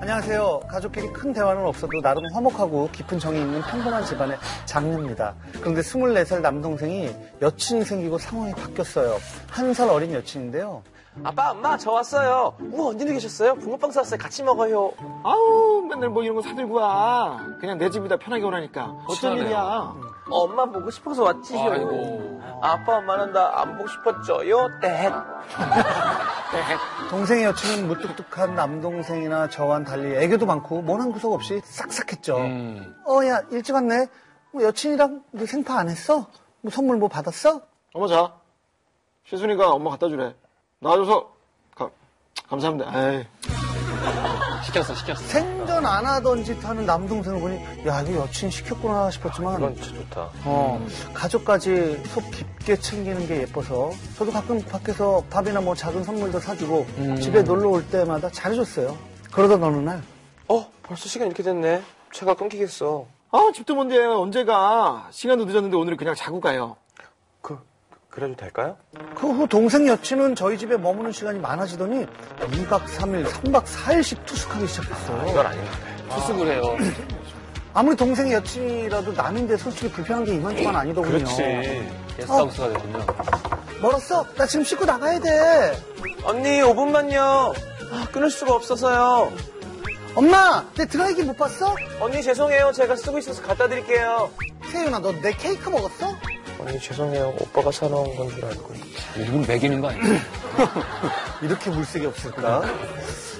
안녕하세요. 가족끼리 큰 대화는 없어도 나름 화목하고 깊은 정이 있는 평범한 집안의 장녀입니다. 그런데 24살 남동생이 여친이 생기고 상황이 바뀌었어요. 한 살 어린 여친인데요. 아빠, 엄마, 저 왔어요. 우와, 언니도 계셨어요? 붕어빵 쌌어요. 같이 먹어요. 아우 맨날 뭐 이런 거 사들고 와 그냥 내 집이다 편하게 오라니까 어쩐 시원하네요. 일이야 어, 엄마 보고 싶어서 왔지요. 아이고. 아빠, 엄마는 나 안 보고 싶었죠요. 네. 땡. 동생의 여친은 무뚝뚝한 남동생이나 저와는 달리 애교도 많고 모난 구석 없이 싹싹했죠. 음. 어, 야, 일찍 왔네. 뭐 여친이랑 뭐 생파 안 했어? 뭐 선물 뭐 받았어? 엄마 자 시순이가 엄마 갖다 주래 나와줘서 가- 감사합니다 에이. 시켰어, 시켰어. 생전 안 하던 짓 하는 남동생을 보니, 야, 이거 여친 시켰구나 싶었지만, 이건 진짜 좋다. 어, 가족까지 속 깊게 챙기는 게 예뻐서 저도 가끔 밖에서 밥이나 뭐 작은 선물도 사주고 음. 집에 놀러 올 때마다 잘해줬어요. 그러던 어느 날 어, 벌써 시간 이렇게 됐네. 제가 끊기겠어. 아 집도 뭔데 언제 가 시간도 늦었는데 오늘은 그냥 자고 가요 그, 그래도 될까요? 그 후 동생 여친은 저희 집에 머무는 시간이 많아지더니 2박 3일, 3박 4일씩 투숙하기 시작했어요. 이건 아닌 것 같아. 투숙을 해요. 아무리 동생 여친이라도 남인데 솔직히 불편한 게 이만저만 아니더군요. 그렇지. 게스트하우스가 되군요. 멀었어? 나 지금 씻고 나가야 돼. 언니, 5분만요. 아, 끊을 수가 없어서요. 엄마, 내 드라이기 못 봤어? 언니, 죄송해요. 제가 쓰고 있어서 갖다 드릴게요. 세윤아, 너 내 케이크 먹었어? 언니, 죄송해요. 오빠가 사놓은 건 줄 알고. 일부러 매기는 거 아니에요? 이렇게 물색이 없을까?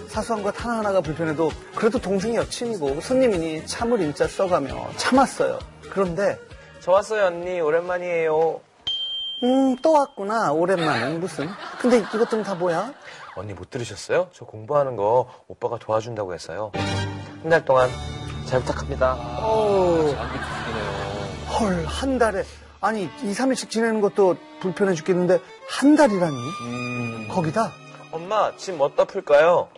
사소한 것 하나하나가 불편해도 그래도 동생이 여친이고 손님이니 참을 인자 써가며 참았어요. 그런데 저 왔어요, 언니. 오랜만이에요. 음 또 왔구나 오랜만에 무슨 근데 이것들은 다 뭐야? 언니 못 들으셨어요? 저 공부하는 거 오빠가 도와준다고 했어요. 한 달 동안 잘 부탁합니다. 어우 안기 투숙이네요. 헐 한 달에 아니 2, 3일씩 지내는 것도 불편해 죽겠는데 한 달이라니 음. 거기다 엄마, 짐 어디다 풀까요?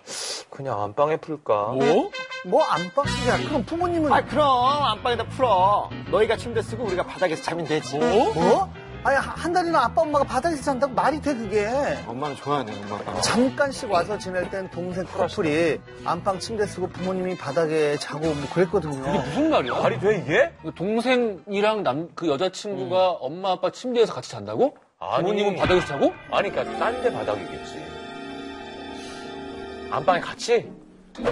그냥 안방에 풀까? 뭐? 뭐 안방? 야 그럼 부모님은 아 그럼 안방에다 풀어 너희가 침대 쓰고 우리가 바닥에서 자면 되지 뭐? 뭐? 아니 한- 한 달이나 아빠 엄마가 바닥에서 잔다고 말이 돼 그게 엄마는 좋아하네 엄마 가 잠깐씩 와서 지낼 땐 동생 커플이 안방 침대 쓰고 부모님이 바닥에 자고 뭐 그랬거든요. 아, 무슨 말이야? 말이 돼, 이게? 그 동생이랑 남, 그 여자친구가 엄마 아빠 침대에서 같이 잔다고? 아니. 부모님은 바닥에서 자고? 아니, 그니까, 딴 데 바닥이겠지. 안방에 같이?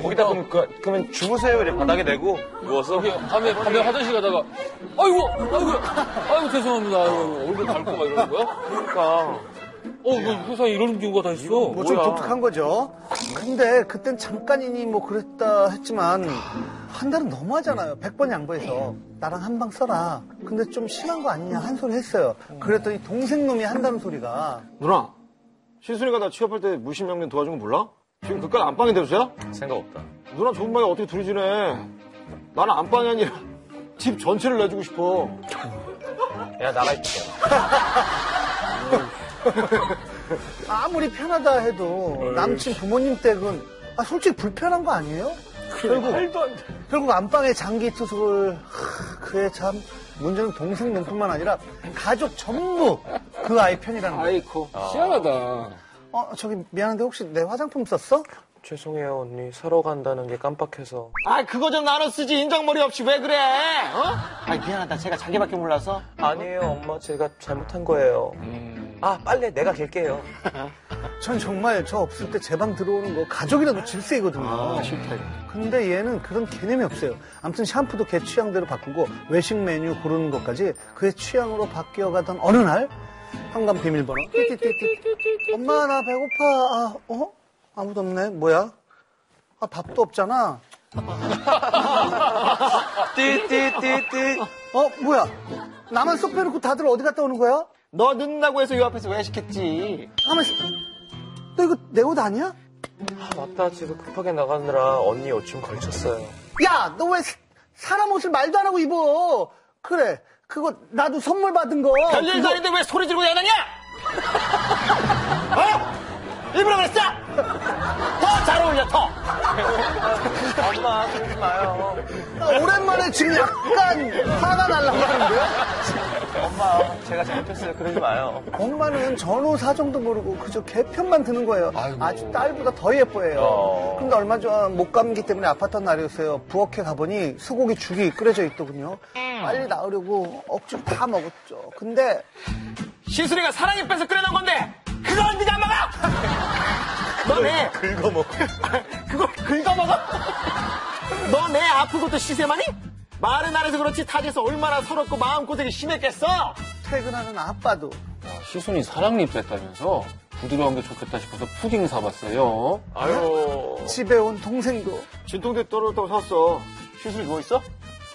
거기다 그러면, 그, 그러면 주무세요. 이래 바닥에 대고 누워서. 이게 밤에, 밤에 화장실 가다가, 아이고, 아이고, 아이고, 죄송합니다. 아이고, 얼굴 밟고 막 이러는 거야? 그러니까. 어, 뭐 세상에 이런 경우가 다 있어. 뭐 좀 뭐야. 독특한 거죠. 근데 그땐 잠깐이니 뭐 그랬다 했지만 한 달은 너무하잖아요. 100번 양보해서 나랑 한 방 써라. 근데 좀 심한 거 아니냐 한 소리 했어요. 그랬더니 동생 놈이 한다는 소리가 누나 시순이가 나 취업할 때 무심양면 도와준 거 몰라? 지금 그깟 안방에 대서야? 생각 없다. 누나 좋은 방에 어떻게 둘이 지내? 나는 안방이 아니라 집 전체를 내주고 싶어. 야, 나가 있어. 아무리 편하다 해도 남친 부모님 댁은 아, 솔직히 불편한 거 아니에요? 결국 결국 안방에 장기 투숙을 하, 그에 참 문제는 동생 눈뿐만 아니라 가족 전부 그 아이 편이라는 거예요. 뭐, 아이코. 희한하다. 어 저기 미안한데 혹시 내 화장품 썼어? 죄송해요, 언니. 사러 간다는 게 깜빡해서. 아 그거 좀 나눠 쓰지 인정머리 없이 왜 그래? 어? 아 미안하다 제가 자기밖에 몰라서. 아니에요, 엄마. 제가 잘못한 거예요. 아, 빨래 내가 갤게요. 전 정말 저 없을 때 제 방 들어오는 거 가족이라도 질색이거든요. 아, 싫다 이거. 근데 얘는 그런 개념이 없어요. 아무튼 샴푸도 걔 취향대로 바꾸고 외식 메뉴 고르는 것까지 그의 취향으로 바뀌어가던 어느 날 현관 비밀번호 띠띠띠띠. 엄마 나 배고파. 아, 어? 아무도 없네. 뭐야? 아 밥도 없잖아. 띠띠띠띠. 어 뭐야? 나만 쏙 빼놓고 다들 어디 갔다 오는 거야? 너 늦는다고 해서 요 앞에서 왜 시켰지? 가만 있어. 너 이거 내 옷 아니야? 아, 맞다. 지금 급하게 나가느라 언니 옷좀 걸쳤어요. 야, 너 왜 사람 옷을 말도 안 하고 입어? 그래, 그거 나도 선물 받은 거. 별일 그거- 다닌데 왜 소리 지르고 야단이야? 어? 일부러 그랬어? 더 잘 어울려 더. 엄마, 그러지 마요. 어, 나 오랜만에 지금 약간 화가 날라고 하는데요? 엄마, 제가 잘못했어요. 그러지 마요. 엄마는 전후 사정도 모르고 그저 개편만 드는 거예요. 아이고. 아주 딸보다 더 예뻐해요. 어. 그런데 얼마 전 목감기 때문에 아팠던 날이었어요. 부엌에 가보니 소고기 죽이 끓여져 있더군요. 빨리 나으려고 억지로 다 먹었죠. 근데 시순이가 사랑이 빼서 끓여놓은 건데 그걸 네가 먹어? 너네 긁어먹고. 그걸 긁어먹어? 너네 아픈 것도 시세만이? 말은 안 해서 그렇지 타지에서 얼마나 서럽고 마음고생이 심했겠어? 퇴근하는 아빠도 시순이 사랑잎됐다면서 부드러운 게 좋겠다 싶어서 푸딩 사봤어요. 아유. 집에 온 동생도 진통제 떨어졌다고 샀어. 시순이 누워있어?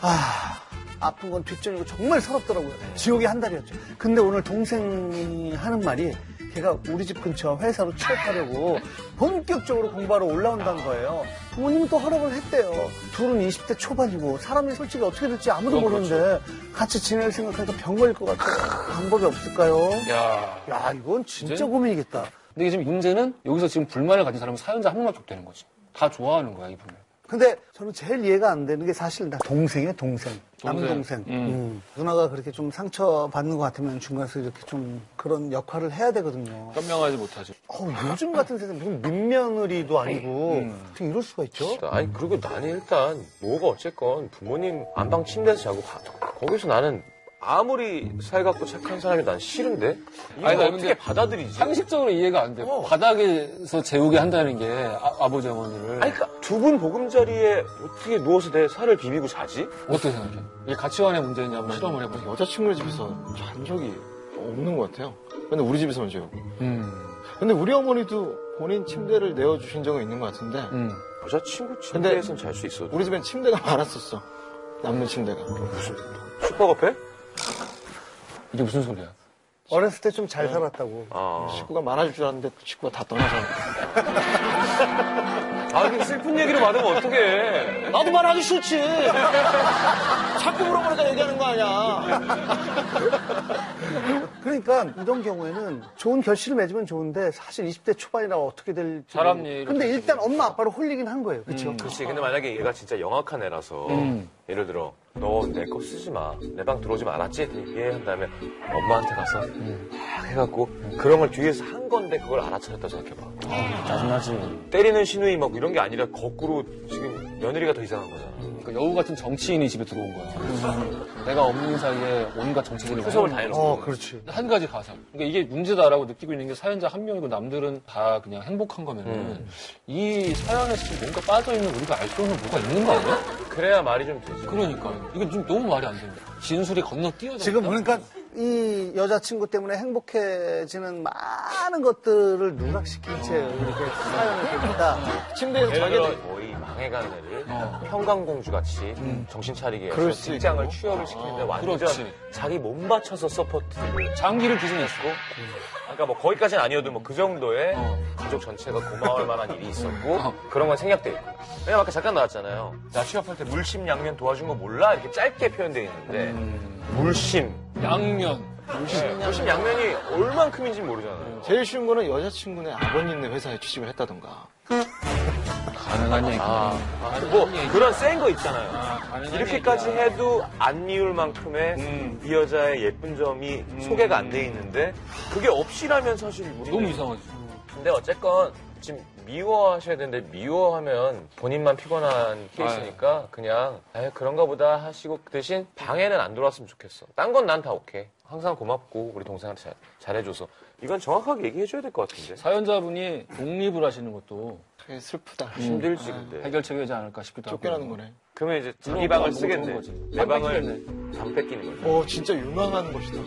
아, 아픈 건 뒷전이고 정말 서럽더라고요. 지옥이 한 달이었죠. 근데 오늘 동생이 하는 말이 걔가 우리 집 근처 회사로 취업하려고 본격적으로 공부하러 올라온다는 거예요. 부모님은 또 허락을 했대요. 둘은 20대 초반이고 사람이 솔직히 어떻게 될지 아무도 모르는데 같이 지낼 생각하니까 병 걸릴 것 같아요. 방법이 없을까요? 야. 야, 이건 진짜 이제? 고민이겠다. 근데 이게 지금 문제는 여기서 지금 불만을 가진 사람은 사연자 한 명밖에 없다는 거지. 다 좋아하는 거야, 이분을. 근데 저는 제일 이해가 안 되는 게 사실 나 동생이에요, 동생. 남동생. 동생. 음. 누나가 그렇게 좀 상처받는 것 같으면 중간에서 이렇게 좀 그런 역할을 해야 되거든요. 현명하지 못하지. 어, 요즘 같은 세상 무슨 민며느리도 아니고 어떻게 이럴 수가 있죠? 아니, 그리고 나는 일단, 뭐가 어쨌건 부모님 안방 침대에서 자고, 가- 거기서 나는 아무리 살갑고 착한 사람이 난 싫은데? 이걸 아니, 나 어떻게 근데 받아들이지? 상식적으로 이해가 안 돼. 어. 바닥에서 재우게 한다는 게 아, 버지 어머니를. 아니, 그니까, 두 분 보금자리에 어떻게 누워서 내 살을 비비고 자지? 그- 어떻게 생각해? 이게 가치관의 문제인지 한번 실험을 해보세요. 여자친구 집에서 잔 적이 없는 것 같아요. 근데 우리 집에서만 재우고. 음. 근데 우리 어머니도 본인 침대를 내어주신 적은 있는 것 같은데 음. 여자친구 침대에선 잘 수 있어도. 우리 집엔 침대가 많았었어. 남는 침대가. 무슨, 슈퍼카페? 이게 무슨 소리야? 어렸을 때 좀 잘 살았다고. 아. 식구가 많아질 줄 알았는데 그 식구가 다 떠나서 아, 이게 슬픈 얘기를 받으면 어떡해. 나도 말하기 싫지 자꾸 물어보니까 얘기하는 거 아니야 그러니까 이런 경우에는 좋은 결실을 맺으면 좋은데 사실 20대 초반이라 어떻게 될지. 사람 모르- 일을 근데 어떻게 일단 엄마 아빠를 홀리긴 한 거예요. 그렇죠? 그렇지. 근데 만약에 얘가 진짜 영악한 애라서, 예를 들어, 너 내 거 쓰지 마. 내 방 들어오지 말았지? 얘한 다음에 엄마한테 가서 막 해갖고, 그런 걸 뒤에서 한 건데 그걸 알아차렸다 생각해봐. 짜증나지. 때리는 시누이 막 이런 게 아니라 거꾸로 지금 며느리가 더 이상한 거잖아. 그러니까 여우 같은 정치인이 집에 들어온 거야. 음. 내가 없는 사이에 온갖 정치들이 투성을 많아. 다 해놓고. 어, 그렇지. 한 가지 가상. 그러니까 이게 문제다라고 느끼고 있는 게 사연자 한 명이고 남들은 다 그냥 행복한 거면은 이 사연에서 지금 뭔가 빠져있는 우리가 알 수 없는 뭐가 있는 거 아니야? 그래야 말이 좀 되지. 그러니까. 이건 좀 너무 말이 안 된다. 진술이 건너 뛰어들었다. 지금 그러니까 이 여자친구 때문에 행복해지는 많은 것들을 누락시킨 채 이렇게 사연을 봅니다. 침대에서 예를 자게 들어 돼. 거의 망해간 애를 평강공주 같이 정신 차리게 해서 그럴 수 직장을 있고. 취업을 시키는데 아, 완전 그렇지. 자기 몸 바쳐서 서포트를 장기를 기준에 쓰고 그러니까 뭐 거기까지는 아니어도 뭐 그 정도의 어. 가족 전체가 고마울 만한 일이 있었고 어. 그런 건 생략돼 있고 왜냐면 아까 잠깐 나왔잖아요 나 취업할 때 물심 양면 도와준 거 몰라 이렇게 짧게 표현돼 있는데 음. 물심 양면. 네, 물심 양면이 얼만큼인지 모르잖아요 제일 쉬운 거는 여자친구네 아버님 있는 회사에 취직을 했다던가. 가능한 얘기. 아, 뭐 음. 그런 센 거 있잖아요 이렇게까지 해도 안 미울 만큼의 음. 이 여자의 예쁜 점이 소개가 안 돼 있는데 그게 없이라면 사실 우리는 너무 이상하지. 근데 어쨌건 지금 미워하셔야 되는데 미워하면 본인만 피곤한 케이스니까 그냥 에 그런가 보다 하시고 대신 방에는 안 돌아왔으면 좋겠어. 딴 건 난 다 오케이. 항상 고맙고 우리 동생한테 잘, 잘해줘서 이건 정확하게 얘기해줘야 될 것 같은데 사연자분이 독립을 하시는 것도 되게 슬프다. 힘들지 근데 아, 해결책이지 않을까 싶기도 하고. 쫓겨나는 거네. 그러면 이제 자기 물론 방을 그건 쓰겠네 모르는 거지. 내 안 방을 뺏기겠네. 잠 뺏기는 거지 오, 어, 진짜 유망한 것이다.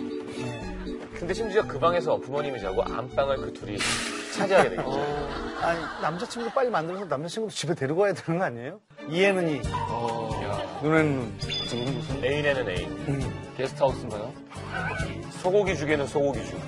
근데 심지어 그 방에서 부모님이 자고 안방을 그 둘이 차지하게 되겠죠 어. 아니 남자친구 빨리 만들어서 남자친구도 집에 데리고 와야 되는 거 아니에요? 이해는 이, 눈에는 눈. 애인에는 애인 게스트하우스인가요? 소고기 죽에는 소고기 죽